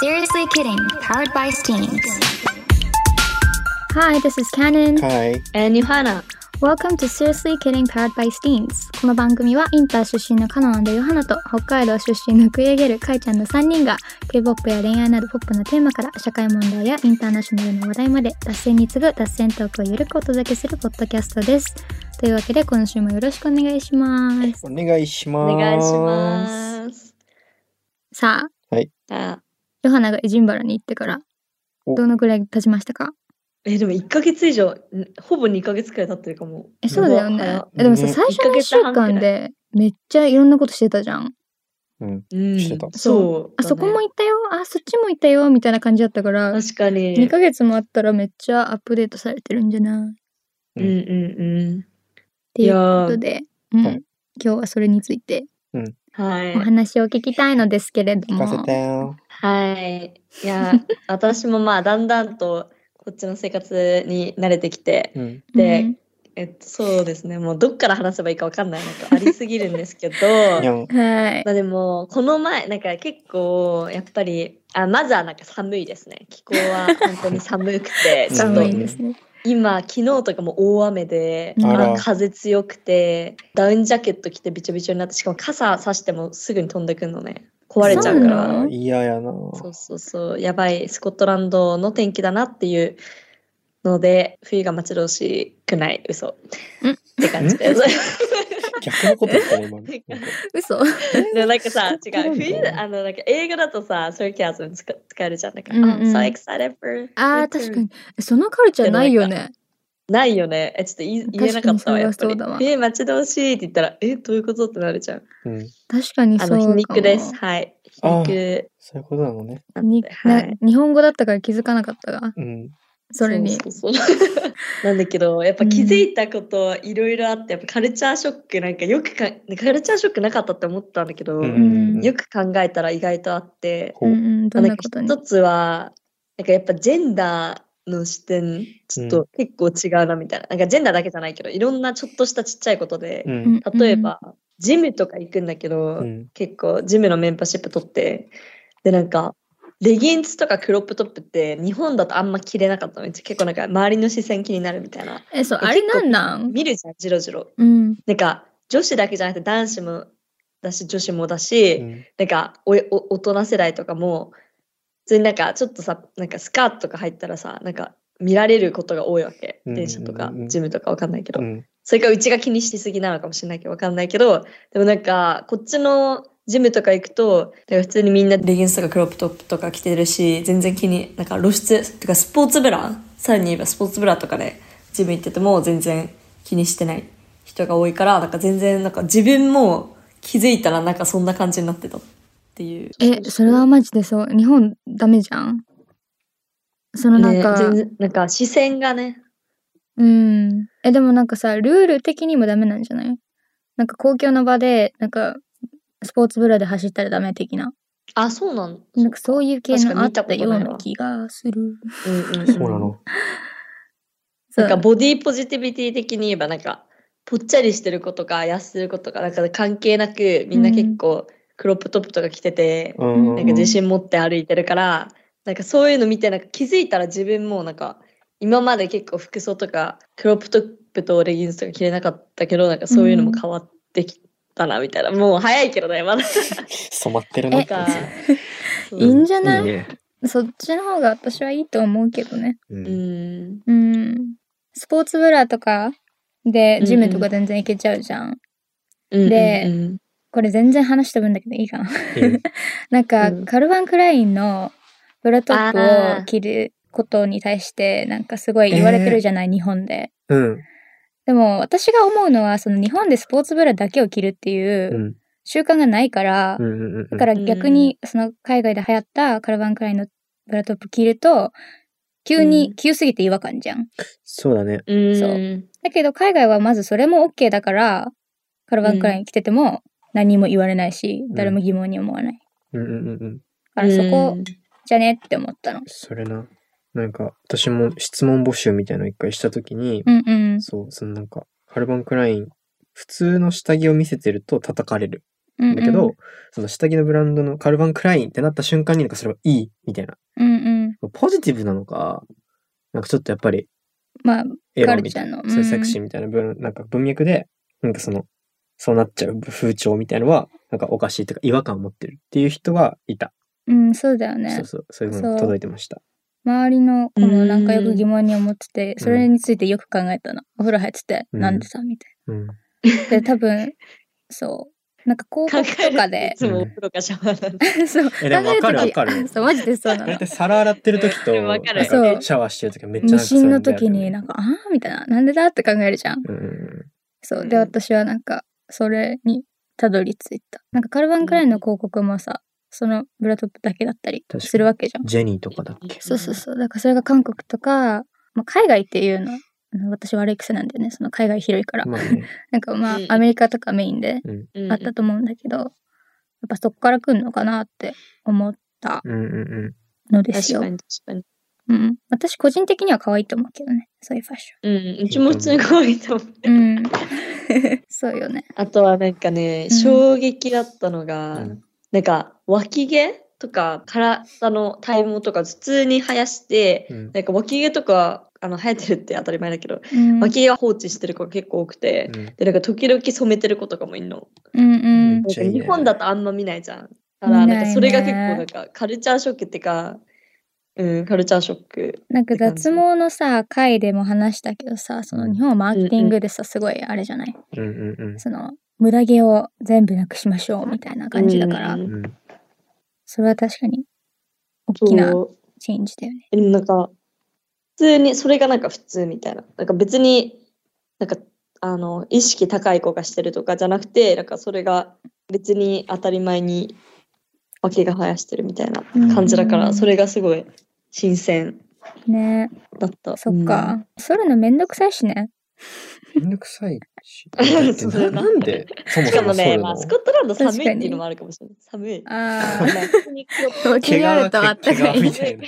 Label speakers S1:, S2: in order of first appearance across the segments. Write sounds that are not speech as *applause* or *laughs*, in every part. S1: Seriously Kidding, powered by Steams. Hi, this is Canon.
S2: はい。
S3: えー、ニュハナ。
S1: Welcome to Seriously Kidding, powered by Steams. この番組はインター出身のカナナンでヨハナと北海道出身のクイエゲル、カイちゃんの3人が K-POP や恋愛などポップなテーマから社会問題やインターナショナルの話題まで脱線に次ぐ脱線トークをゆるくお届けするポッドキャストです。というわけで今週もよろしくお願いします。
S2: お願いします。
S3: お願いします。
S1: さあ、
S3: あ
S1: ヨハナがエジンバラに行ってから
S2: お
S1: どのくらい経ちましたか
S3: えーでも1ヶ月以上、んほぼ2ヶ月くらい経ってるかも。
S1: えそうだよね
S3: やば。
S1: えでもさ、
S2: ね
S1: 最初の1週間でめっちゃいろんなことしてたじゃん。
S2: うん。
S3: うん、
S2: してた
S3: そう、
S1: あそこも
S3: だね
S1: 行ったよ、あそっちも行ったよみたいな感じだったから、
S3: 確かに。
S1: 2ヶ月もあったらめっちゃアップデートされてるんじゃないっ
S3: うんうんう
S1: ていうことで、うん
S2: はい
S1: 今日はそれについて
S3: ん。はい
S1: お。話を聞きたいのですけれど
S2: 聞
S1: も。
S2: かせてよ。
S3: はい。いや、私もまあ、だんだんとこっちの生活に慣れてきて、
S2: うん。
S3: で
S1: うん
S3: えっと、そうですね、もうどっから話せばいいかわかんない、なんかありすぎるんです
S2: *laughs*
S3: けど、
S2: にゃん。、
S1: はい。
S3: まあでも、この前、なんか結構、やっぱり、あまずはなんか寒いですね。気候は本当に寒くて
S2: うん
S3: ちょっ
S1: 寒
S3: と
S1: いですね。
S3: 今、昨日とかも大雨で、
S1: あら
S3: あ風強くて、ダウンジャケット着てびちょびちょになって、しかも傘さしてもすぐに飛んでくるのね。壊れちゃうか
S1: そうな
S3: ら
S1: の。
S2: 嫌やな。
S3: そうそうそう、やばい、スコットランドの天気だなっていうので、冬が待ち遠しくない、嘘。
S1: ん
S3: って感じです。
S2: 逆のことだったね、今の。
S3: なんか
S2: なんか
S1: 嘘
S3: *laughs* でもなんかさ、違う、
S2: そう
S3: 冬
S2: なんだ
S3: だ、あの、なんか映画だとさ、そういうキャズム使使えるじゃん。なんか、
S1: うんうん
S3: I'm so excited for
S1: ああ、
S3: winter
S1: 確かに。そのカルチャーないよね。
S3: ないよね。え、ちょっと言い言えなかったわ、やっ
S1: 確かにそれはそ
S3: ぱり
S1: うだわ。
S3: 冬待ち遠しいって言ったら、え、どういうことってなるじゃん。
S2: うん。
S1: 確かにそ
S3: あ
S1: うか
S3: の、
S1: も。
S3: 皮肉です。はい。皮
S2: あ
S3: 肉。
S2: そういうことなのね。
S1: に
S3: は
S1: ない日本語だったから気づかなかったが、
S2: うん。
S1: それに。
S3: うそうそう *laughs* なんだけど、やっぱ気づいたこといろいろあって、やっぱカルチャーショックなんかよくか、カルチャーショックなかったって思ったんだけど、
S2: うん。
S3: よく考えたら意外とあって、
S2: こ
S1: うん
S2: う。
S1: うん、どん
S3: な
S1: なんこ
S3: か
S1: とに。
S3: 一つは、なんかやっぱジェンダーの視点、ちょっと結構違うなみたいな。なんかジェンダーだけじゃないけど、いろんなちょっとしたちっちゃいことで、
S2: うん。
S1: うん
S3: 例えば、ジムとか行くんだけど、
S2: うん。
S3: 結構ジムのメンバーシップ取ってでなんかレギンスとかクロップトップって日本だとあんま着れなかったのに結構なんか周りの視線気になるみたいな
S1: え、そう、あれなんなん
S3: 見るじゃんジロジロ
S1: うん。
S3: なんか女子だけじゃなくて男子もだし女子もだし、
S2: うん
S3: なんかおお大人世代とかも普通になんかちょっとさなんかスカートとか入ったらさなんか見られることが多いわけ
S2: うん
S3: 電車とか
S2: うんうん
S3: ジムとかわかんないけど、
S2: うん。
S3: それかうちが気にしすぎなのかもしれないけどわかんないけどでもなんかこっちのジムとか行くとなんか普通にみんなレギンスとかクロップトップとか着てるし全然気になんか露出とかスポーツブラさらに言えばスポーツブラとかでジム行ってても全然気にしてない人が多いからなんか全然なんか自分も気づいたらなんかそんな感じになってたっていう
S1: え、それはマジでそう。日本ダメじゃんそのなん
S3: ね
S1: か、
S3: 全然なんか視線がね
S1: うん。え、でもなんかさ、ルール的にもダメなんじゃないなんか公共の場で、なんか、スポーツブラで走ったらダメ的な。
S3: あそうなん
S1: なんかそういう系
S3: 確か
S1: の
S3: に
S1: あっ
S3: 見
S1: た
S3: たこと
S1: よ
S3: な
S1: う
S3: いわ
S1: な気がする。
S3: うんうんうん
S2: そうなの。
S1: そ
S3: なんか
S1: う。
S3: ボディポジティビティ的に言えばなんかぽっちゃりしてる子とか痩せてる子とかなんか関係なくみんな結構クロップトップとか着てて、
S2: うん。
S3: なんか自信持って歩いてるからなんかそういうの見てなんか気づいたら自分もなんか今まで結構服装とかクロップトップとレギンスとか着れなかったけどなんかそういうのも変わってきたなみたいな、もう早いけどねまだ
S2: 染まってる
S3: な
S2: ね
S3: ん。かそう
S1: いいんじゃない
S2: いね。
S1: そっちの方が私はいいと思うけどね。
S2: う。
S3: うんん
S1: うん。スポーツブラとかで
S3: うん、うん
S1: ジムとか全然行けちゃうじゃん。で
S3: うんうん
S1: これ全然話した分だけどいいかな。
S2: うん
S1: なんか、
S3: うん
S1: カルバン・クラインのブラトップ
S3: あ
S1: を
S3: ー
S1: 着ることに対してなんかすごい言われてるじゃない、日本で。
S2: うん。。
S1: でも私が思うのはその日本でスポーツブラだけを着るっていううん習慣がないから、
S2: うんうんうん。
S1: だから逆にその海外で流行ったカルバン・クラインのブラトップ着ると急に、
S3: うん
S1: 急すぎて違和感じゃん。
S2: そうだね。
S3: うん
S1: そうだけど海外はまずそれも OK だからカルバン・クライン着てても何も言われないし、
S2: ん
S1: 誰も疑問に思わない。
S2: うんうんうんうん。
S1: だからそこ
S3: うん
S1: じゃねって思ったの。
S2: それな。なんか、私も質問募集みたいなの一回したときに、
S1: うんうん。
S2: そう、そのなんか、カルバン・クライン、普通の下着を見せてると叩かれる。
S1: うん
S2: だけど、、その下着のブランドのカルバン・クラインってなった瞬間になんかそれはいいみたいな。
S1: うんうん。
S2: ポジティブなのか、なんかちょっとやっぱり
S1: まあ、
S2: エ
S1: カ
S2: ロ
S1: ル
S2: み
S1: チ
S2: た
S1: ャー
S2: いな
S1: の。、
S2: そういうセクシ
S1: ー。
S2: ーみたいな文、なんか文脈で、なんかその、そうなっちゃう風潮みたいのは、なんかおかしいというか違和感を持ってるっていう人はいた。
S1: うん、そうだよね
S2: そう。そう、そういうのが届いてました。
S1: 周りの子もなんかよ
S3: う
S1: く
S3: ん
S1: 疑問に思ってて、それについてよく考えたの。お風呂入ってて、
S2: うん
S1: なんでさ、みたい
S2: うん。
S1: な。で、多分、そう。なんか広
S3: 考
S1: 告
S3: え
S1: と
S3: る
S1: か
S3: で
S1: で
S3: い、つもお風呂かシャワーなん
S1: *laughs*
S3: で。
S1: そう、考
S2: えでも
S1: え
S2: わかるわ
S1: 時
S2: か
S1: *laughs*
S2: る
S1: そう、マジでそうな
S2: 大
S1: の
S2: 体。皿洗ってる時
S1: *laughs*
S2: と、
S3: でも
S2: な
S3: わ
S2: ん
S3: か
S2: か
S3: る
S2: シ
S1: そう
S2: ャワーしてる時はめっちゃ
S1: 無心の時に、
S2: な
S1: なん
S2: か
S1: んか、あーみたいな、なんでだって考えるじゃん。
S2: そういうのがあるよね。うん
S1: そう。
S3: う
S1: で、
S3: ん
S1: 私はなんか、それにたどり着いた。なんか、カルバンクラインの広告もさ、そのブラトップだけだったり
S2: 確かに
S1: するわけじゃん。
S2: ジェニーとかだっけ
S1: そうそうそう。だからそれが韓国とか、まあ、海外っていうの、あの私悪い癖なんだよね。その海外広いから。
S2: まあね。
S1: なんかまあ
S3: うん、
S1: アメリカとかメインで
S3: うん
S1: あったと思うんだけど、やっぱそこから来るのかなって思った
S2: うんうんうん。
S1: のです
S3: 確
S1: よ
S3: か。に確かに。
S1: うん。私個人的には可愛いと思うけどね。そういうファッシ
S3: うん、うちも普通に可愛いと思う。
S1: ョン。うん。 *laughs* そうよね。
S3: *laughs* あとはなんかね、
S1: うん
S3: 衝撃だったのが、
S2: うん
S3: なんか脇毛とか体の体毛とか普通に生やして、
S2: うん
S3: なんか脇毛とかあの生えてるって当たり前だけど、
S1: うん。
S3: 脇毛は放置してる子が結構多くて、でなんか時々染めてる子とかもいるの。
S1: うんうん。
S2: めっ
S3: なん
S2: ち
S3: か
S2: ゃいいね
S3: 日本だとあんま見ないじゃん。だから
S1: 見
S3: な
S1: ないね
S3: んかそれが結構なんかカルチャーショックっていうか、うん、カルチャーショック。
S1: なんか脱毛のさ、回でも話したけどさ、その日本はマーケティングでさ、すごいあれじゃない
S2: うんうんうん
S1: その、無駄毛を全部なくしましょうみたいな感じだから、
S3: うん
S2: うん。
S1: それは確かに、大きな
S3: そう
S1: チェンジだよね。
S3: でもなんか、普通に、それがなんか普通みたいな。なんか別に、なんか、あの、意識高い子がしてるとかじゃなくて、なんかそれが別に当たり前に、わけが生やしてるみたいな感じだから、
S1: うん
S3: それがすごい新鮮
S1: ね
S3: だった。
S1: そっか。剃るのめんどくさいしね。
S2: めんどくさいし。だ
S3: そ
S2: っ
S3: う
S2: てななんで、そ
S3: うん。
S2: も
S3: しか
S2: そ
S3: も
S2: もそう
S3: ね、
S2: な
S3: まあ、
S2: の
S3: スコットランド寒い
S1: 確か
S3: っ
S1: に
S3: ていうのもあるかもしれない。寒い。
S1: あ *laughs*
S3: ま
S1: あ。
S3: あ普通に黒く
S1: そう気になるとあったか
S2: 毛皮
S1: い
S2: み。たいな。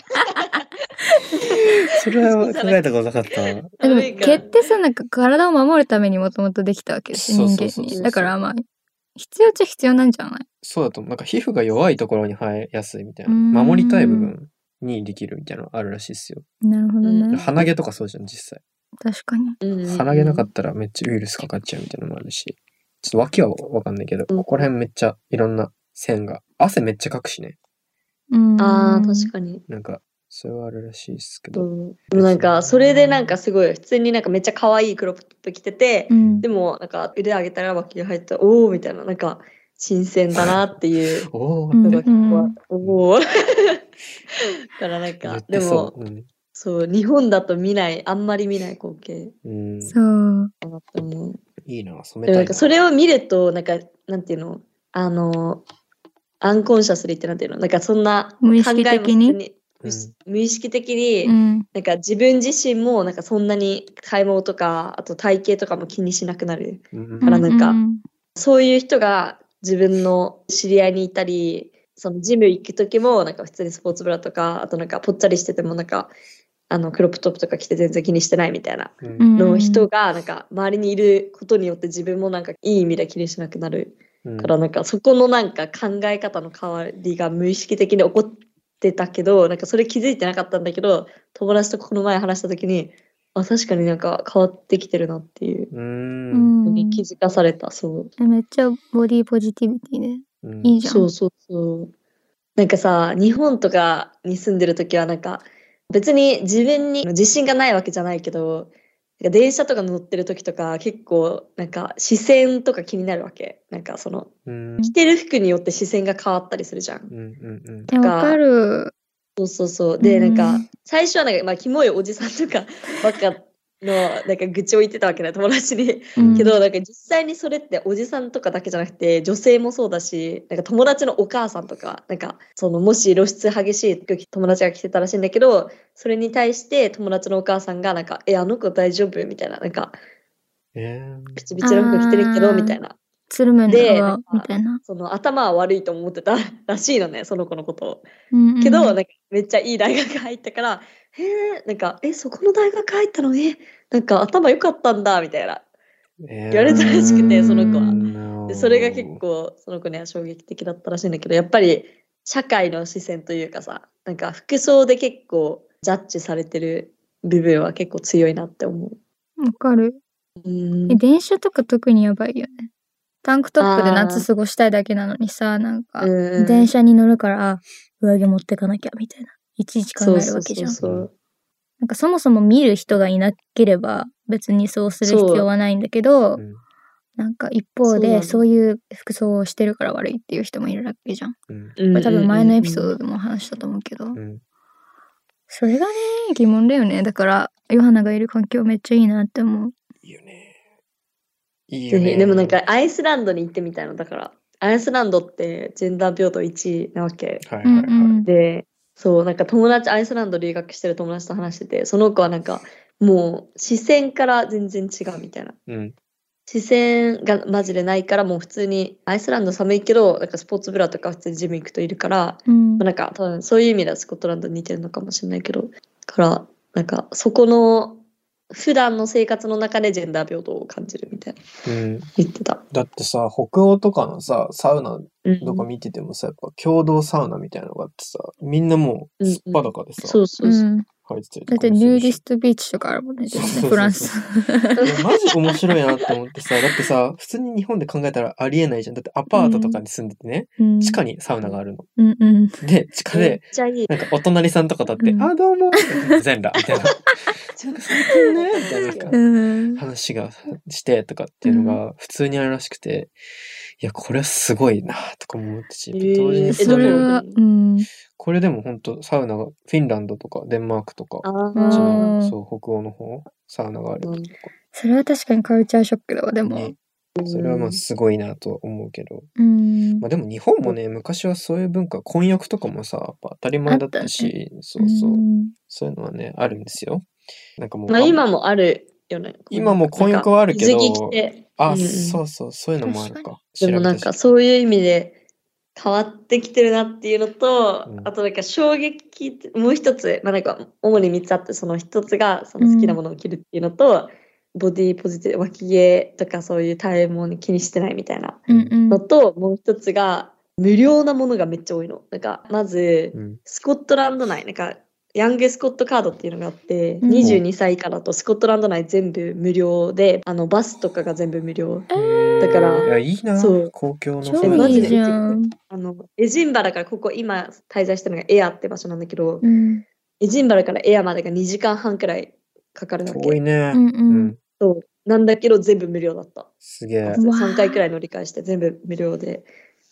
S2: それは考えたことなかった。
S1: でも
S3: 寒いか
S1: 毛
S3: ら
S1: ってさなんか体を守るためにもともとできたわけです人
S2: そう
S1: 間
S2: そうそうそう
S1: にだからまあ必要っちゃ必要なんじゃない
S2: そうだと思う。なんか皮膚が弱いところに生えやすいみたいうな。
S1: ん
S2: 守りたい部分にできるみたいなのあるらしいっすよ。
S1: なるほどね、
S3: うん
S2: 鼻毛とかそうじゃん、実
S1: 確かに
S3: うん
S2: 際。鼻毛なかったらめっちゃウイルスかかっちゃうみたいなのもあるし。ちょっと脇はわかんないけど、ここら辺めっちゃいろんな線が。汗めっちゃかくしね。
S1: うん
S3: ああ、確かに。
S2: なんか、それはあるらしいっすけ
S3: う
S2: ど。
S3: ん、でもなんかそれでなんかすごい普通になんかめっちゃ可愛いクロップトップ着てて、
S1: うん
S3: でもなんか腕上げたら脇に入ったおおみたいななんか新鮮だなっていう
S2: おお、
S1: うん
S3: のが結
S1: うん
S3: 構おおだからなん
S2: 言
S3: か
S2: っ
S3: で
S2: てそ
S3: も
S2: う。うん
S3: そう日本だと見ないあんまり見ない光景
S2: うん、
S1: そう
S3: だなって思う
S2: いいな、染
S3: で
S2: めた
S3: もないんか
S2: な。
S3: それを見るとなんかなんていうのあのアンコンシャスリーってなんていうのなんかそんな考えも
S1: 無意識的に
S3: 普通無し無意識的に、
S1: うん
S3: なんか自分自身もなんかそんなに買い物とかあと体型とかも気にしなくなる
S2: うん
S3: からなんか
S1: う
S3: そういう人が自分の知り合いにいたりそのジム行く時もなんか普通にスポーツブラとかあとなんかぽっちゃりしててもなんかあのクロップトップとか着て全然気にしてないみたいな
S2: うん
S1: うん
S3: の人がなんか周りにいることによって自分もなんかいい意味で気にしなくなる
S2: うん
S3: からなんかそこのなんか考え方の変わりが無意識的に起こってたけどなんかそれ気づいてなかったんだけど友達とこの前話した時にあ確かになんか変わってきてるなっていう
S2: う
S1: うんん
S3: のに気づかされたそう
S1: めっちゃボディポジティビティで
S2: うん
S1: いいじゃん
S3: そうそうそうなんかさ日本とかに住んでる時はなんか別に自分に自信がないわけじゃないけどなんか電車とか乗ってる時とか結構なんか視線とか気になるわけなんかその
S2: うん
S3: 着てる服によって視線が変わったりするじゃん
S2: うんうんう
S1: い
S2: ん
S1: や
S3: なんか
S1: わかる
S3: そうそうそう。で、なん
S1: う
S3: か
S1: ん、
S3: 最初はなんか、まあ、キモいおじさんとかばっかの、なんか愚痴を言ってたわけない、友達に。
S1: うん
S3: けど、なんか実際にそれっておじさんとかだけじゃなくて、女性もそうだし、なんか友達のお母さんとか、なんか、その、もし露出激しい時友達が来てたらしいんだけど、それに対して友達のお母さんが、なんか、え、あの子大丈夫みたいな、なんか、
S2: え
S3: ピチピチの服着てるけ
S1: あ
S3: ど、
S1: ー
S3: みたいな。
S1: つるむの
S3: で
S1: がみたいな、
S3: その、頭は悪いと思ってた *laughs* らしいのね、その子のことを。
S1: うんうん
S3: けど、なんかめっちゃいい大学入ったから、へえ、なんか、え、そこの大学入ったのに、なんか頭良かったんだ、みたいな。
S2: 言
S3: 言われたらしくてその子は
S2: は
S3: でそれが結構その子には衝撃的だったらしいんだけどやっぱり社会の視線というかさなんか服装で結構ジャッジされてる部分は結構強いなって思う。
S1: わかる。
S3: うん
S1: え、電車とか特にやばいよね。タンクトップで夏過ごしたいだけなのにさ、なんか、
S3: うん
S1: 電車に乗るから、あ上着持ってかなきゃみたいな。いちいち考
S3: そう
S1: える
S3: そ
S1: わ
S3: う
S1: け
S3: そ
S1: じ
S3: う
S1: ゃん。
S3: そう
S1: なんかそもそも見る人がいなければ別にそうする必要はないんだけど、
S2: うん
S1: なんか一方
S3: そうな
S1: で
S3: の
S1: そういう服装をしてるから悪いっていう人もいるわけじゃん。こ
S2: うん
S3: うんうんう
S1: れ
S3: ん
S1: 多分前のエピソードでもお話ししたと思うけど、
S2: うん
S1: それがね、疑問だよね。だから、ヨハナがいる環境めっちゃいいなって思う。
S2: いいよねいいよ
S3: ぜ
S2: ね
S3: ひでもなんかアイスランドに行ってみたいのだからアイスランドってジェンダー平等1位なわけ
S2: はいはい
S1: うん
S2: は
S1: う
S2: い、
S1: ん。
S3: でそうなんか友達アイスランド留学してる友達と話しててその子はなんかもう視線から全然違うみたいな
S2: うん
S3: 視線がマジでないからもう普通にアイスランド寒いけどなんかスポーツブラとか普通にジム行くといるから
S1: うん
S3: まあ、なんか多分そういう意味ではスコットランドに似てるのかもしれないけどからなんかそこの普段の生活の中でジェンダー平等を感じるみたいな
S2: うん、
S3: 言ってた。
S2: だってさ北欧とかのさサウナ
S3: うん
S2: とか見ててもさやっぱ共同サウナみたいなのがあってさみんなもうすっぱだかでさ、
S3: そうそううそう。
S1: ん、だ
S2: 入ってたりとか
S1: って
S2: も
S1: ヌ
S2: す
S1: ー
S2: るし
S1: ディストビーチとかあるもんね、
S2: そうそうそうそう
S1: フランス。
S2: いやマジ面白いなって思っ
S1: *laughs*
S2: てさ、だってさ、普通に日本で考えたらありえないじゃん。だってアパートとかに住んでてね、
S1: うん
S2: 地下にサウナがあるの。
S1: うんうん。
S2: で、地下
S3: めっ
S2: で、
S3: ちゃいい。
S2: なんかお隣さんとかだって、
S1: うん
S2: あ、どうも、全裸、みたいな。なんか最近ね、みたいななんか
S1: うん
S2: 話がしてとかっていうのが普通にあるらしくて、いや、これはすごいなとか思ってし、やっぱ同時
S3: え
S2: に
S1: それは、うん。
S2: これでも本当サウナが、フィンランドとかデンマークとか、
S3: あ
S2: あっち
S1: ー
S3: あ。
S2: のそう、北欧の方、サウナがあるとか。
S1: それは確かにカルチャーショックだわ、でも。
S2: ねそれはまあすごいなとは思うけど、
S1: うん
S2: まあ、でも日本もね昔はそういう文化婚約とかもさやっぱ当たり前だったしそうそう、
S1: ん
S2: そういうのはねあるんですよなんかもう、
S3: まあ今もあるよね。
S2: 今も婚約はあるけど
S3: なんか水着着て。
S2: あ、
S3: うんうん
S2: そうそうそういうのもあるか
S3: でもなん
S2: 調べた
S3: か
S2: し
S3: そういう意味で変わってきてるなっていうのと、
S2: うん
S3: あとなんか衝撃ってもう一つ、まあ、なんか主に3つあってその一つがその好きなものを着るっていうのと、ボディーポジティブ脇毛とかそういう体毛に気にしてないみたいな
S1: うん
S3: のと、もう一つが無料なものがめっちゃ多いの。なんかまず
S2: うん
S3: スコットランド内なんかヤングスコットカードっていうのがあって、
S1: うん
S3: 22歳以下だとスコットランド内全部無料であのバスとかが全部無料
S2: へー
S3: だから
S2: いやいいな
S3: そう
S2: 公共の
S1: 超
S3: そうマ
S1: い
S3: ジ
S1: い
S3: で
S1: じゃん。
S3: あのエジンバラからここ今滞在してるのがエアって場所なんだけど、
S1: うん
S3: エジンバラからエアまでが2時間半くらいかかるわ
S2: 遠い
S3: け
S2: ね、
S1: うん
S2: う
S1: うん。
S3: そうなんだけど全部無料だった
S2: すげえ
S1: うわー
S3: 3回くらい乗り換えして全部無料で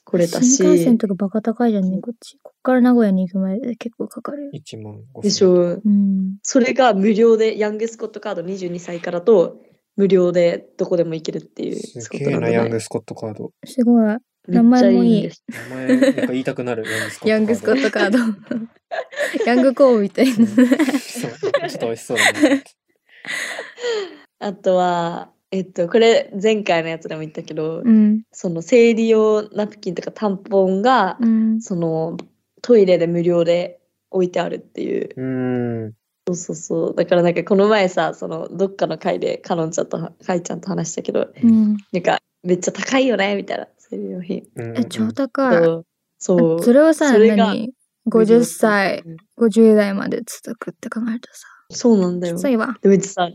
S3: 来れたし
S1: 新幹線とかバカ高いじゃんね、こっち。こっから名古屋に行くまで結構かかるよ。
S2: 1万5
S3: でしょ
S1: うん。
S3: それが無料でヤングスコットカード22歳からと無料でどこでも行けるっていう
S2: す
S3: スコッ
S2: げ
S3: トラ
S2: え
S3: ンド
S2: な
S3: 内
S2: ヤングスコットカード
S1: すごい。
S3: めっちゃいいんです
S2: 名前なんか言いたくなる
S1: ヤ
S2: ヤ
S1: ン
S2: ン
S1: グ
S2: グ
S1: ス
S2: ス
S1: コ
S2: コ
S1: ッ
S2: ッ
S1: トカ
S2: *laughs*
S1: ード。ヤングコーンみたいな。
S2: トカードうんそうちょっと美味しそうだな
S3: あとはえっとこれ前回のやつでも言ったけど、
S1: うん。
S3: その生理用ナプキンとかタンポンが、
S1: うん。
S3: そのトイレで無料で置いてあるっていう
S2: うん
S3: そうそうそうだからなんかこの前さそのどっかの会でかのんちゃんとはかいちゃんと話したけど
S1: うん。
S3: なんかめっちゃ高いよねみたいな生理用品
S2: うんうん
S1: え、超高い。
S3: そうそう
S1: それはさ、
S3: それが
S1: 何 ?50 歳、50代まで続くって考えるとさ、
S3: そうなんだ
S1: き
S3: よ
S1: ついわ。
S3: でもうちさ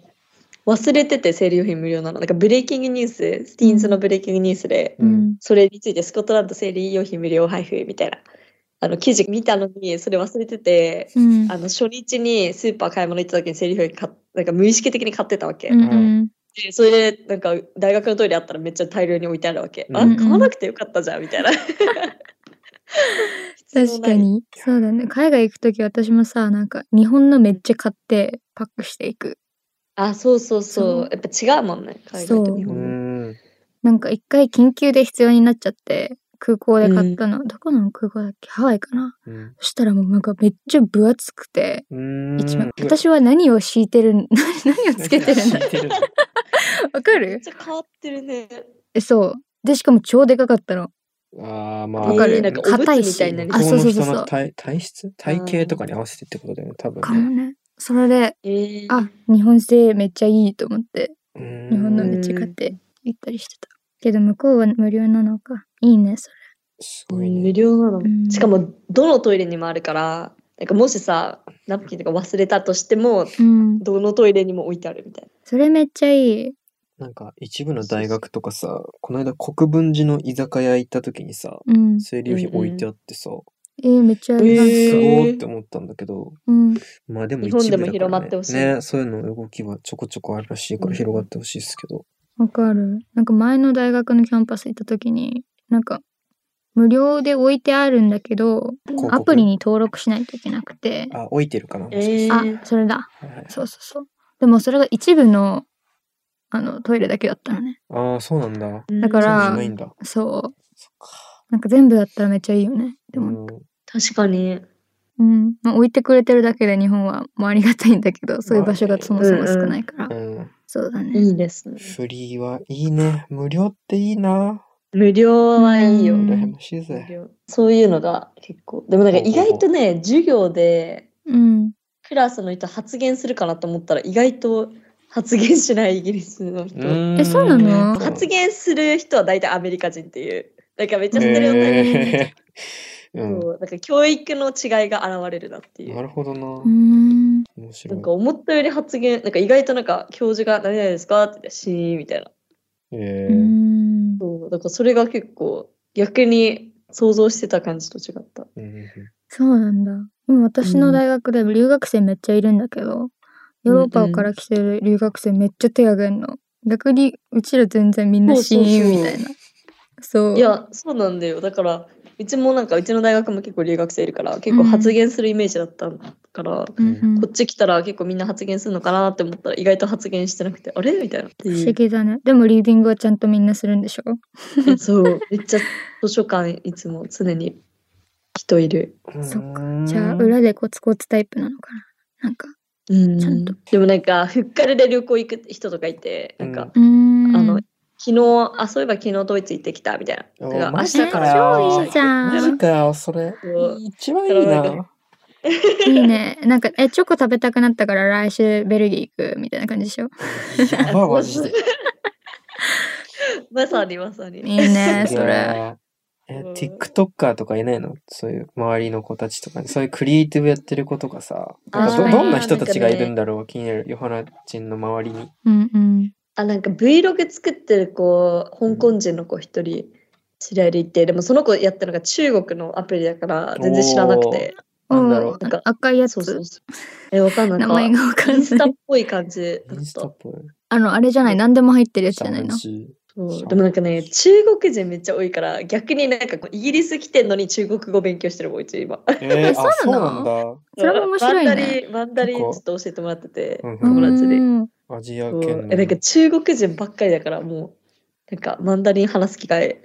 S3: 忘れてて生理用品無料なのなんかブレイキングニューススティーンズのブレイキングニュースで、
S1: う
S2: うんん。
S3: それについてスコットランド生理用品無料配布みたいなあの記事見たのにそれ忘れてて
S1: うん。
S3: あの初日にスーパー買い物行った時に生理用品買っなんか無意識的に買ってたわけ、
S1: うんうん。
S3: でそれでなんか大学のトイレあったらめっちゃ大量に置いてあるわけ、
S2: うん
S1: うん
S3: あ買わなくてよかったじゃんみた *laughs* いな
S1: 確かに。そうだね。海外行くとき私もさ、なんか日本のめっちゃ買ってパックしていく。
S3: あそうそうそ
S1: そ
S3: う
S1: う
S3: やっぱ違うもんね海外と日
S2: う
S3: 本の
S2: ん
S1: なんか一回緊急で必要になっちゃって、空港で買ったの。どこの空港だっけハワイかな
S2: うん
S1: そしたらもうなんかめっちゃ分厚くて、
S2: うん
S1: 一枚。私は何を敷いてるん、 *laughs* 何何をつけてるんだ
S2: 知ってるんだ
S1: わか
S3: めっ
S1: る
S3: ちゃ変わってるね
S1: えそう。で、しかも超でかかったの。
S2: *laughs* ああ、まあ、
S1: わかる
S3: えーなんかお
S1: 硬い
S3: 物
S1: し
S3: みたいにな
S1: あ
S3: る
S2: 向こ
S1: そううそう
S2: の
S1: そう
S2: 人
S1: そう
S2: の体体質体型とかに合わせてってことだよね、多分
S1: かも
S2: ね。
S1: ね。それで、
S3: えー
S1: あ、日本製めっちゃいいと思って、
S2: 日
S1: 日本の道買って行ったりしてた。けど向こうは無料なのか。いいね、それ。
S2: すごい
S3: 無
S2: ね。
S3: 料なの
S1: うん。
S3: しかも、どのトイレにもあるから、なんかもしさ、ナプキンとか忘れたとしても、
S1: うん。
S3: どのトイレにも置いてあるみたい
S1: それめっちゃいい。
S2: なんか一部の大学とかさ、この間国分寺の居酒屋行った時にさ、
S1: うん。
S2: 生理用品置いてあってさ、
S1: えー、めっちゃある。
S3: えー
S2: すごーって思ったんだけど、
S1: うん。
S2: まあでも
S3: 日
S2: 一
S3: 本
S2: 部だか
S3: で
S2: ら、
S3: も
S2: ね、
S3: 広まってほしい
S2: ね、そういうの動きはちょこちょこあるらしいから広がってほしいですけど。
S1: わかる。なんか前の大学のキャンパス行った時に、なんか、無料で置いてあるんだけど、
S2: 広告
S1: アプリに登録しないといけなくて。
S2: あ、置いてるかなもし
S3: な。
S2: かして
S1: あ、それだ。
S2: はいはい
S1: そうそうそう。でもそれが一部の、あの、トイレだけだったのね。
S2: ああ、そうなんだ。
S1: だか
S2: そう
S1: ら
S2: じゃないんだ。
S1: そう。
S2: そっか。
S1: なんか全部だったらめっちゃいいよね。でも、
S2: も、
S3: 確かに。
S1: うん。まあ、置いてくれてるだけで日本は、まあ、ありがたいんだけど、そういう場所がそもそも少ないから。
S2: うん。
S1: そうだね。
S3: いいですね。
S2: フリーはいいね。無料っていいな。
S3: 無料はいいよ。
S1: うん
S2: 羨ましい
S3: 無
S2: ぜ。
S3: 料そういうのが結構。でもなんか意外とね、授業で
S1: うん。
S3: クラスの人発言するかなと思ったら意外と発言しないイギリスの人。
S1: えそうなの
S3: 発言する人は大体アメリカ人っていう。だからめっちゃステレオタイプになっちゃ
S2: えー、
S3: う
S2: うん。
S3: そうなんか教育の違いが現れるなってい
S2: な
S3: う。
S2: るほどな。
S1: うーん。
S2: 面白
S3: ないん。か思ったより発言、なんか意外となんか教授が何々ですかって言ってしーみたいな。
S2: え
S1: うー
S2: ー
S1: ん。
S3: そう、だからそれが結構逆に想像してた感じと違った。
S2: うん
S1: そうなんだ。今私の大学で留学生めっちゃいるんだけど、ヨーロッパから来てる留学生めっちゃ手挙げんの。逆にうちら全然みんな
S3: そ
S1: 親
S3: うそうそう
S1: 友みたいな。そう。
S3: いや、そうなんだよ。だから、うちもなんか、うちの大学も結構留学生いるから、結構発言するイメージだったから、
S1: うんうん、
S3: こっち来たら結構みんな発言するのかなって思ったら、意外と発言してなくて、あれみたいな。
S1: 不思議だね。でもリーディングはちゃんとみんなするんでしょ
S3: そう、めっちゃ図書館いつも常に人いる。
S2: うん。
S1: そっ
S2: か
S1: じゃあ裏でコツコツタイプなのかななんか。
S3: うん
S1: ちゃんと
S3: でもなんか、ふっかるで旅行行く人とかいて、なんか、
S2: うん
S1: うーん。
S3: あの、昨日、あ、そういえば昨日ドイツ行ってきたみたいな。だから明
S2: マ
S3: 日
S2: ジ
S3: か。
S2: からよ。
S1: 超いいじゃん
S2: マジかよ、それ
S3: そう。
S1: *laughs*
S2: 一番いい
S3: だからなん
S2: な。
S1: いいね。なんか、え、チョコ食べたくなったから来週ベルギー行くみたいな感じでしょ
S2: やば、マジで。
S3: まさにまさに。
S1: いいね、
S2: い
S1: それ。
S2: やーえ、
S3: うん
S2: TikToker とかいないのそういう周りの子たちとかに、そういうクリエイティブやってる子とかさ、なんか
S1: あ
S2: ど
S1: ー
S2: どんな人たちがいる
S3: なんかね
S2: んだろう、気になる、ヨハナちんの周りに。
S1: うんうん。
S3: あ、なんか Vlog 作ってる子、香港人の子一人知り合いでいて、でもその子やってるのが中国のアプリだから全然知らなくて。
S2: なんだろ
S1: おー
S3: なんか
S1: 赤いやつ。
S3: そうそうそう。え、わかんない。
S1: 名前がわか
S3: イ
S1: ん
S3: ンス
S1: な
S3: タっ
S1: い。
S3: ぽい感じだ
S2: インスタ
S3: っ
S2: っぽい。
S1: あの、あれじゃない、何でも入ってるやつじゃないの。
S3: た。
S2: そう
S3: そうでもなんかね、中国人めっちゃ多いから、逆になんかこうイギリス来てんのに中国語勉強してるもうち今。
S2: *laughs* え
S1: え
S2: ー、あ、
S1: そ
S2: そうう
S1: な
S2: な
S1: の
S2: んだ。
S1: *laughs* それも面白いね
S3: マンダリン、マンダリンちょ
S2: 結
S3: っと教えてもらってて、
S2: うんうん
S3: 友達で。
S1: うん
S2: アジア
S3: そう
S2: 圏
S3: えなんか
S2: の。
S3: 中国人ばっかりだからもうなんかマンダリン話す機会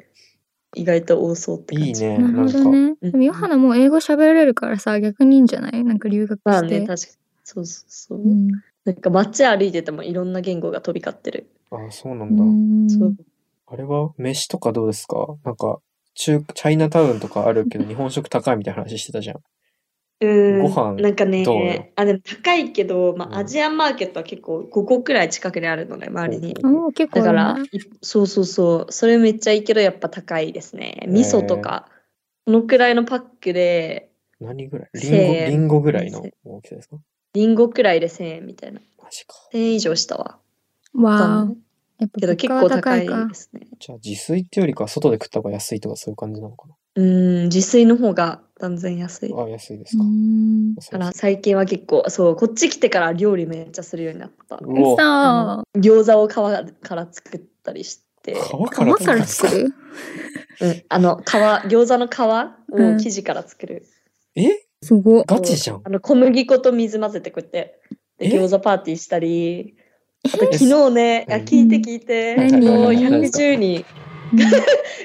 S3: 意外と多そうって感じ
S2: いいね。
S1: な
S2: な
S1: る
S2: ん
S1: ほ
S2: か、
S1: どね。
S3: うん
S1: でも、ヨハナもう英語喋れるからさ、逆にいいんじゃないなんか留学
S3: まあ
S1: し
S3: ね
S1: て
S3: 確。かにそうそうそう、
S1: うん
S3: なんか街歩いててもいろんな言語が飛び交ってる、
S2: あ、そうな
S1: うん
S2: だ。
S1: ん
S3: そう
S2: あれは、飯とかどうですかなんか、中、チャイナタウンとかあるけど、日本食高いみたいな話してたじゃん。
S3: うん
S2: ご飯
S3: なんかね
S2: どうよ
S3: あでも高いけど、ま
S2: うん
S3: あ、アジアンマーケットは結構5個くらい近くにあるのね周りに。
S1: おー結構
S3: だ
S1: あるね
S3: から、いそうそうそう、それめっちゃいいけど、やっぱ高いですね。味噌とか、このくらいのパックで、
S2: 何ぐらいリンゴ、
S3: せー
S2: リンゴぐらいの大きさですか
S3: リンゴくらいで1000円みたいな。
S2: マジか。
S3: 1000円以上したわ。
S1: わあ。やっ
S3: けど
S1: ぱ
S3: 結
S1: 物
S3: 構
S1: 価は
S3: 高
S1: 高
S3: い
S1: いか
S3: で。すね。
S2: じゃあ自炊ってよりかは外で食った方が安いとかそういう感じなのか
S3: うん、自炊の方が断然安い。
S2: な
S3: だ
S2: あ、安いで
S1: う
S2: すか。
S1: ん。
S3: から最近は結構、そう、こっち来てから料理めっちゃするようになった。
S2: うお
S1: さあ、
S3: 餃子を皮から作ったりして、
S2: 皮から
S1: 皮から作る
S3: うん、あの、皮、餃子の皮
S1: うん
S3: を生地から作る。
S2: え
S1: すごっ。
S2: ガチじゃん。
S3: あの、小麦粉と水混ぜてこうやって、で
S2: え
S3: 餃子パーティーしたり、あと
S2: え
S3: 昨日ね、いや
S2: うん
S3: 聞いて聞いて、
S1: 何
S3: もう
S2: 何ですか
S3: 110人、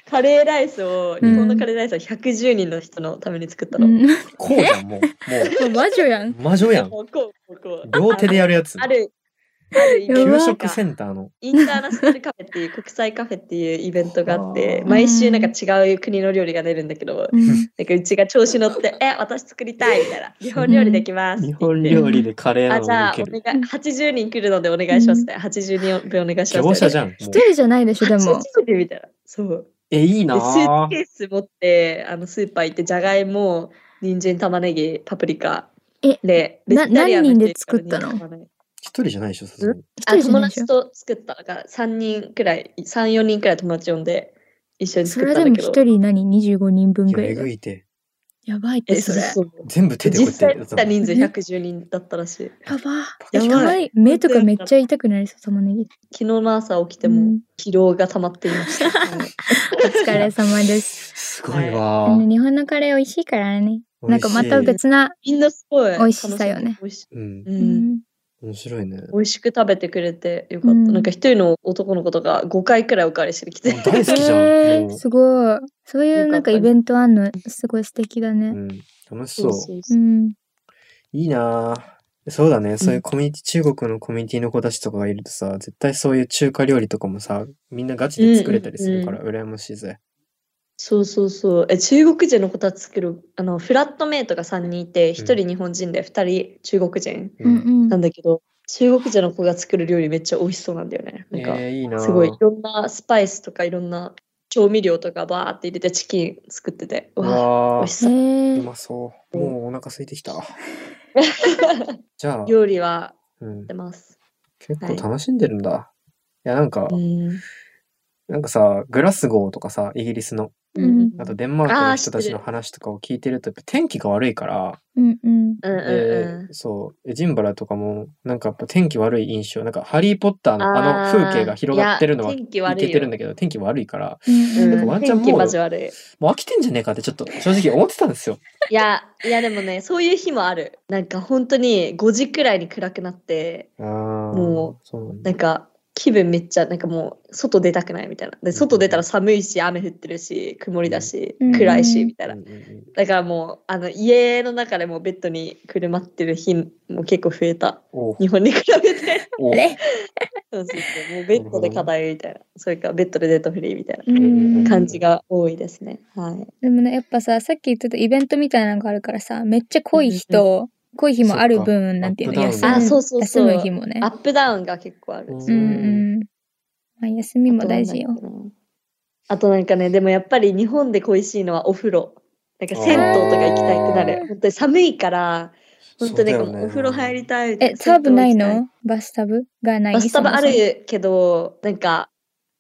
S3: カレーライスを、
S2: うん
S3: 日本のカレーライスを110人の人のために作った
S1: う
S3: の。
S1: ん。
S2: こうじゃん、もう。も
S1: 魔女やん
S3: *laughs*
S2: う。。魔女やん。
S3: もうこう、こうこう。
S2: 両手でやるやつ。
S3: ある
S1: やば
S2: 給食センターの。
S3: インターナショナルカフェっていう国際カフェっていうイベントがあっ
S2: あ
S3: て
S2: ー
S3: 毎週なんか違う国の料理が出るんだけど
S1: うん
S3: なんかうちが調子乗って「え私作りたい」みたいな「日本料理できます」
S2: 日
S3: って言って
S2: 本料理でカレーな
S3: あじゃ
S2: の
S3: あ
S2: 受
S3: お
S2: け
S3: 願
S2: る
S3: い。80人来るのでお願いしますね80人分お願いします
S2: 業者じ
S3: ゃん
S2: ゃん。もう
S1: 一人じゃないでしょ、でも。
S3: みたいなそう
S2: え、いい
S3: で
S2: な
S3: スー
S2: ぁ
S3: ツ。ケース持ってあのスーパー行ってじゃがいも人参玉ねぎパプリカ
S1: え
S3: で
S1: な
S3: ベジタリアン
S1: 何人
S3: の
S1: で作ったの
S3: 人数がね
S2: 一人じゃないでしょ、さすがに。
S1: 一
S3: あ
S1: 人じゃ
S3: 友
S1: ないでし
S3: 達
S1: ょ。
S3: と作ったが3人くらい34人くらい友達呼んで一緒に
S1: そ
S3: 作っ
S1: れ
S3: た
S1: で
S3: ん
S1: も
S3: だけ
S1: 一
S3: ど
S1: 人何 ?25 人分
S2: い
S1: ぐ
S2: や、
S1: ら
S2: え
S1: いだ
S2: ぐ。いて。
S1: やばいっ
S3: え
S1: て、それ。や
S3: そう
S2: 全部手でこう
S3: 実
S2: やって
S3: 際
S2: やって
S3: 来た
S2: たの。
S3: 人数110人だったらしい
S1: ば。
S3: やばい
S1: やばい。目とかめっちゃ痛くなりそう、玉ねぎ。
S3: 昨日の朝起きて
S1: う
S3: も
S1: ん
S3: 疲労が溜まっていました、
S1: お疲れ様です。
S2: すごいわ
S1: あの
S2: ぁ。
S1: 日本のカレー美味しいからね。なんかまた
S2: 美味し
S1: 別な。
S3: みんなすごい
S1: 美味しさよね
S3: 楽し
S2: いうん
S3: く。美味しいうん
S1: うん
S2: 面白いね。
S3: 美味しく食べてくれてよかった、
S1: うん
S3: なんか一人の男の子とか5回くらいおかわりしてきて
S2: 大好きじゃん
S1: え
S2: もう
S1: ー、すごい。そういうなんかイベントあんの、すごい素敵だ
S2: う
S1: ね。
S2: ん。楽しそう。
S1: うん。
S2: いいなぁ。そうだね。そういうコミュニティ、中国のコミュニティの子たちとかがいるとさ、絶対そういう中華料理とかもさ、みんなガチで作れたりするから、羨ましいぜ。
S3: そうそうそうえ中国人の子たち作るあのフラットメイトが3人いて1人日本人で2人中国人
S1: う
S2: うんん。
S1: う。
S3: なんんだけど中国人の子が作る料理めっちゃ美味しそうなんだよねなんか
S2: えー、いいなぁ。
S3: すごいいろんなスパイスとかいろんな調味料とかバーって入れてチキン作っててう
S2: う
S3: わ美
S2: わ
S3: 味
S2: ぁ
S1: え
S3: しそう
S2: う
S1: ー、
S2: まそう。もうお腹空いてき
S3: *laughs*
S2: た。じゃあ、
S3: 料理は
S2: うん
S3: やっ、てます
S2: 結構
S3: はい
S2: 楽しんでるんだ。い、や、なんか、
S3: うん
S2: なんかさ、グラスゴーとかさ、イギリスの、
S1: うん
S2: あとデンマークの人たち
S3: あー知って
S2: の
S3: る
S2: 話とかを聞いてると、やっぱ天気が悪いから、
S1: うんうん。
S3: うんうん
S2: でそう、エジンバラとかも、なんかやっぱ天気悪い印象、なんかハリー・ポッターのあの風景が広がってるのはい
S3: や天気
S2: い
S3: 悪い
S2: け
S3: よ
S2: てるんだけど、天気悪いから、
S1: うん
S2: なんかワンチャンもう
S3: 天気マジ悪い
S2: もう飽きてんじゃねえかってちょっと正直思ってたんですよ。
S3: いや、いやでもね、そういう日もある。なんか本当に5時くらいに暗くなって、
S2: ああ、
S3: も
S2: そうなんだ
S3: なんか気分めっちゃ、なんかもう外出たくないみたいな。で、外出たら寒いし、雨降ってるし、曇りだし、
S1: うん
S3: 暗いし、
S1: うん
S3: みたいな
S2: う。んうんうん
S3: だからもう、あの、家の中でもうベッドにくるまってる日も結構増えた。
S2: おう
S3: 日本に比べ
S1: *laughs*
S3: て。
S2: おう
S1: れ
S3: そうそうそう。もうベッドで課題みたいな。それからベッドでデートフリーみたいな
S1: うん
S3: 感じが多いですね。はい。
S1: でもね、やっぱさ、さっき言ってたイベントみたいなのがあるからさ、めっちゃ濃い人、濃い日もある分、なんていうの、
S2: アップ
S1: 休
S2: ダウン
S1: む
S3: あそうそうそう
S1: 休む日もね
S3: ア。ップダウンが結構ある。
S2: うん
S1: うんうん。まあ、休みも大事
S3: あ
S1: よ。
S3: となんだっけな。あとなんかね、でもやっぱり日本で恋しいのはお風呂。なんか銭湯とか行きたくな
S1: あー
S3: る。本当に寒いから、本当になんか
S2: そうだよ
S3: も
S2: ね
S3: うお風呂入りたいみたい
S1: え、
S3: な。
S1: タブない
S3: 銭湯行き
S1: のバスタブがな
S3: た
S1: い
S3: いバスタブあ
S1: そもそも
S3: るけど、なんか、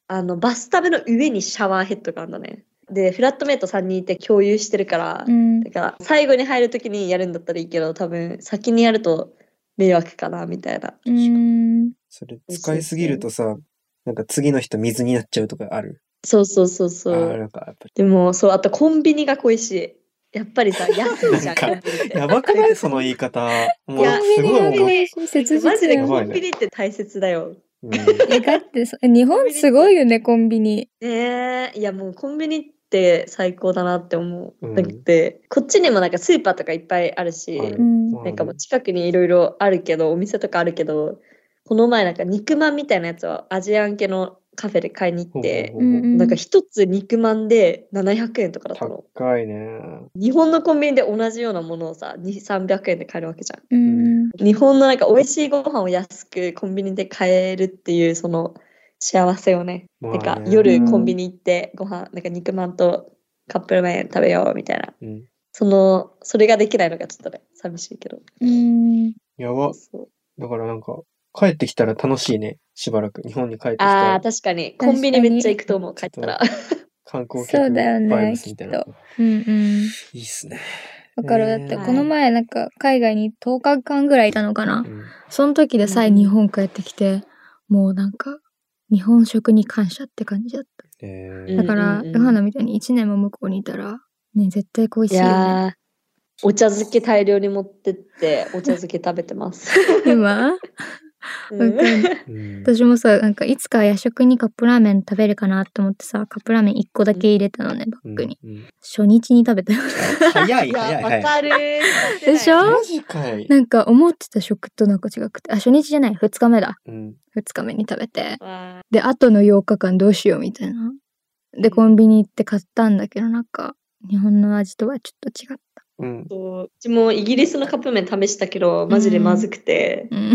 S3: あの、バスタブの上にシャワーヘッドがあるんだね。で、フラットメイト3人いて共有してるから、
S1: うん
S3: だ。から最後に入るときにやるんだったらいいけど、多分先にやると迷惑かな、みたいな。
S1: うん。
S2: それ使いすぎるとさ、なんか次の人水になっちゃうとかある。
S3: そうそうそうそ
S2: あ
S3: う
S2: ー。なんかやっぱ
S3: でもそうあとコンビニが恋しいやっぱりさ安いじゃん
S2: な
S3: コ
S2: んか
S3: ンビニって
S2: り。やばくないその言い方。もう
S3: いや
S2: すごいもう
S3: コンビニ
S1: 切実
S3: *laughs* マジで
S2: やばい
S3: コンビニって大切だよ
S2: うん
S1: えだってそ日本すごいよねコンビニ
S3: ねえいやもうコンビニって最高だなって思
S2: う
S3: う、
S2: ん
S3: だってこっちにもなんかスーパーとかいっぱいあるし、
S2: ある
S1: うん
S2: まあ
S3: なんかもう近くにいろいろあるけどお店とかあるけどこの前なんか肉まんみたいなやつをアジアン系のカフェで買いに行って
S2: ほうほうほう
S1: うん
S3: なんか一つ肉まんで700円とかだったの
S2: 高いね。
S3: 日本のコンビニで同じようなものをさ2 300円で買えるわけじゃん
S1: うん
S3: 日本のなんか美味しいご飯を安くコンビニで買えるっていうその幸せをね
S2: まあ
S3: な
S2: ね
S3: んか夜コンビニ行ってご飯なんか肉まんとカップ麺食べようみたいな
S2: うん
S3: そのそれができないのがちょっとね寂しいけど
S1: うん
S2: やば。
S3: そう
S2: だからなんか、帰ってきたら楽しいね。しばらく。日本に帰ってきた
S3: あー
S2: ら
S3: 確かに
S1: かに
S3: コンビニめっちゃ行くと思う帰ったら
S2: 観光客
S1: そうだよ
S2: バイ
S1: ね
S2: ブス
S1: きっ
S2: み
S1: と
S2: たいな。
S1: うんうん
S2: いいっすね。
S1: だからだ
S2: ね
S1: ってこの前なんか海外に10日間ぐらいいたのかな
S2: うん
S1: その時でさえ
S3: うん
S1: 日本帰ってきてもうなんか日本食に感謝って感じだっ
S2: え
S1: た
S2: ー
S1: だから
S3: うんうん
S1: ルハナみたいに1年も向こうにいたらね絶対恋し
S3: い
S1: いよね
S3: やー *laughs* お茶漬け大量に持ってってお茶漬け食べてます
S1: 今 *laughs* わかる
S2: うん
S1: 私もさ、なんかいつか夜食にカップラーメン食べるかなと思ってさ、カップラーメン1個だけ入れたのね、バッグに。
S2: うんうん
S1: 初日に食べたよ。
S2: 早い
S3: いや、
S2: 早い早
S3: わ
S2: い。
S3: かる。
S1: でしょ
S2: マジか
S1: *laughs*
S2: い。
S1: なんか思ってた食となんか違くて、あ、初日じゃない、2日目だ。
S2: うん。
S1: 2日目に食べて。
S3: わ
S1: で、あとの8日間どうしようみたいな。で、コンビニ行って買ったんだけど、なんか、日本の味とはちょっと違った。
S2: うん。
S3: そううちもイギリスのカップ麺試したけど、マジでまずく
S1: *laughs*
S3: て。
S1: うん。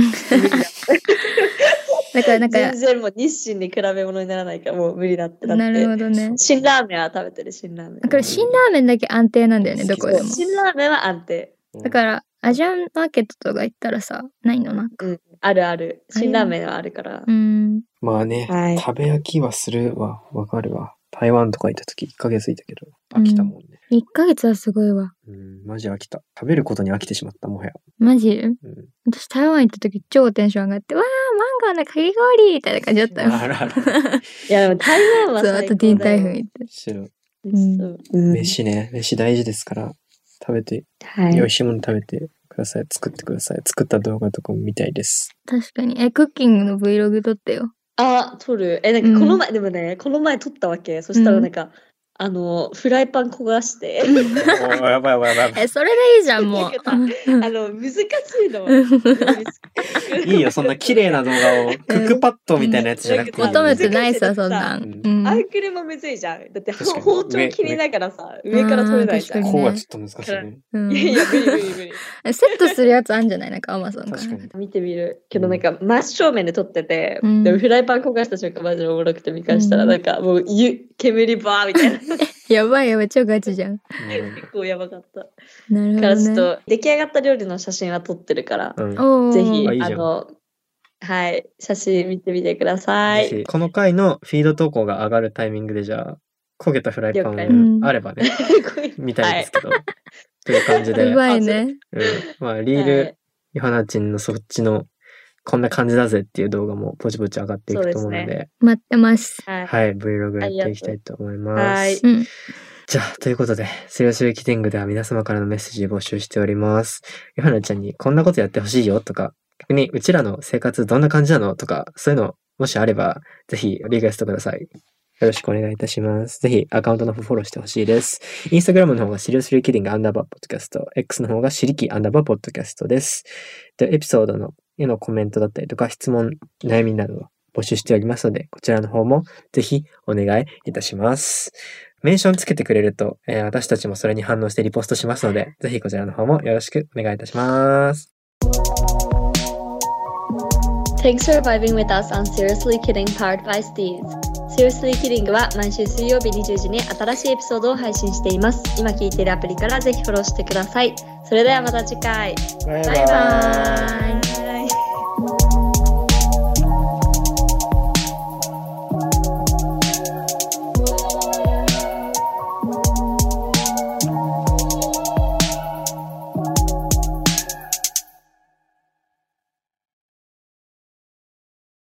S1: だからなんか
S3: 全、然もう日清に比べ物にならないからもう無理だってなって。
S1: なるほどね。
S3: 辛ラーメンは食べてる、辛ラーメン。
S1: だから、辛ラーメンだけ安定なんだよね、どこでも。
S3: 辛ラーメンは安定。
S1: だから、アジアンマーケットとか行ったらさ、ないのなんか。
S3: うん、あるある。
S1: あれ
S3: 辛ラーメンはあるから
S1: う。ん。
S2: まあね、
S3: はい
S2: 食べ飽きはするわ。わかるわ。台湾とか行った時1ヶ月いたけど、飽きたもんね。
S1: 1ヶ月はすごいわ。
S2: うん、マジ飽きた。食べることに飽きてしまった、もはや。
S1: マジ
S2: うん。
S1: 私台湾行った時超テンション上がって、わー、マンゴーのかき氷みたいな感じだったよ。*laughs*
S2: あらあら。
S3: いや、でも台湾は
S1: そう、あ
S3: 最
S1: と
S3: 高
S1: ディーン
S3: だ
S1: 台
S3: よ
S1: 風行って。
S2: 白。
S1: うん
S3: そううん
S2: 飯ね、飯大事ですから、食べて、
S3: は
S2: 美
S3: い
S2: 味。しいもの食べてください。作ってください。作った動画とかも見た
S1: *laughs*
S2: いです。
S1: 確かに。え、クッキングの Vlog 撮ってよ。
S3: あ、撮る。え、なんかこの前、でもね、この前撮ったわけ。そしたらなんか、あの、フライパン焦がして、
S2: おーやばいやばいやばい。
S1: え、それでいいじゃん、
S3: *laughs*
S1: もう。
S3: あの、難しいの。
S2: いいよ、そんな綺麗な動画を、クックパッドみたいなやつじゃなくていいよ。
S1: 求めてないさ、そんな
S3: うん
S2: ん。
S1: うん
S3: *laughs* あいくれもむずいじゃん。だって
S2: 確かに
S3: 包丁切りながらさ、上から取れないじゃん。
S1: あー
S2: こうはちょっと難しいね。
S1: うん。
S3: いやいや、無理無理無理。
S1: えセットするやつあんじゃないなんか、アマゾン
S2: 確かに。
S3: 見てみるけどなんか真正面で撮ってて、
S1: うん
S3: でもフライパン焦がした瞬間マジでおもろくて見返したら
S1: うん
S3: なんかもう湯煙バーみた *laughs* いな結
S1: やばいやばい、超ガチじゃん。
S3: 構やばかった。
S1: なるほど、
S3: だからちょっ
S1: ね。
S3: と出来上がった料理の写真は撮ってるから、
S2: うんうん
S1: おー
S3: ぜひ
S2: あいいじゃ
S3: あ
S2: ん
S3: のはい写真見てみてくださ
S2: ぜ
S3: い
S2: ひ。この回のフィード投稿が上がるタイミングでじゃあ焦げたフライパ
S3: 了解
S2: ンあれ
S3: *laughs*
S2: ばね見たい
S3: は
S2: ですけど、という感じで、
S1: う
S2: うん、
S1: まいね。
S2: まあリー
S3: は
S2: ル
S3: い
S2: ヨハナチンのそっちのこんな感じだぜっていう動画もぼちぼち上がっていくと思うので
S3: そうで
S1: 待ってます。
S3: はい
S2: はい Vlog やっていきたいと思います。
S3: はい
S1: うん。
S2: じゃあ、ということで、セリオスウィキテングでは皆様からのメッセージを募集しております。ヨハナちゃんにこんなことやってほしいよとか、逆にうちらの生活どんな感じなのとか、そういうのもしあれば、ぜひリクエストください。よろしくお願いいたします。ぜひアカウントの方フォローしてほしいです。インスタグラムの方がシリウスリキリングアンダーバーポッドキャスト、X の方がシリキアンダーバーポッドキャストです。で、エピソードのへのコメントだったりとか、質問、悩みなどを募集しておりますので、こちらの方もぜひお願いいたします。メンションつけてくれると、えー私たちもそれに反応してリポストしますので、ぜひこちらの方もよろしくお願いいたします。
S3: Thanks for vibing with us on Seriously Kidding powered by Steves Seriously Kidding は毎週水曜日20時に新しいエピソードを配信しています今聞いているアプリからぜひフォローしてくださいそれではまた次回
S2: バイ
S3: バイバーイ